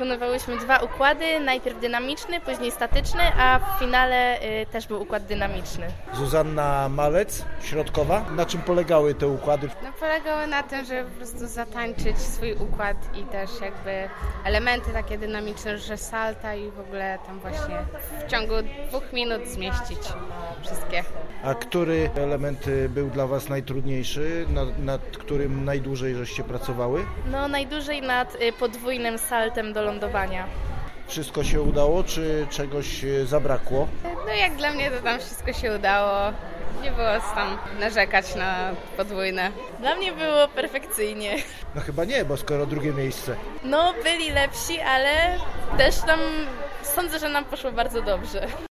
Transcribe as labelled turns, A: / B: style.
A: proponowałyśmy dwa układy, najpierw dynamiczny, później statyczny, a w finale y, też był układ dynamiczny.
B: Zuzanna Malec, środkowa. Na czym polegały te układy?
C: No polegały na tym, żeby po prostu zatańczyć swój układ i też jakby elementy takie dynamiczne, że salta i w ogóle tam właśnie w ciągu dwóch minut zmieścić wszystkie.
B: A który element y, był dla Was najtrudniejszy, nad, nad którym najdłużej żeście pracowały?
A: No najdłużej nad y, podwójnym saltem do lądowania.
B: Wszystko się udało, czy czegoś y, zabrakło?
C: No jak dla mnie to tam wszystko się udało. Nie było co tam narzekać na podwójne.
A: Dla mnie było perfekcyjnie.
B: No chyba nie, bo skoro drugie miejsce.
A: No byli lepsi, ale też nam sądzę, że nam poszło bardzo dobrze.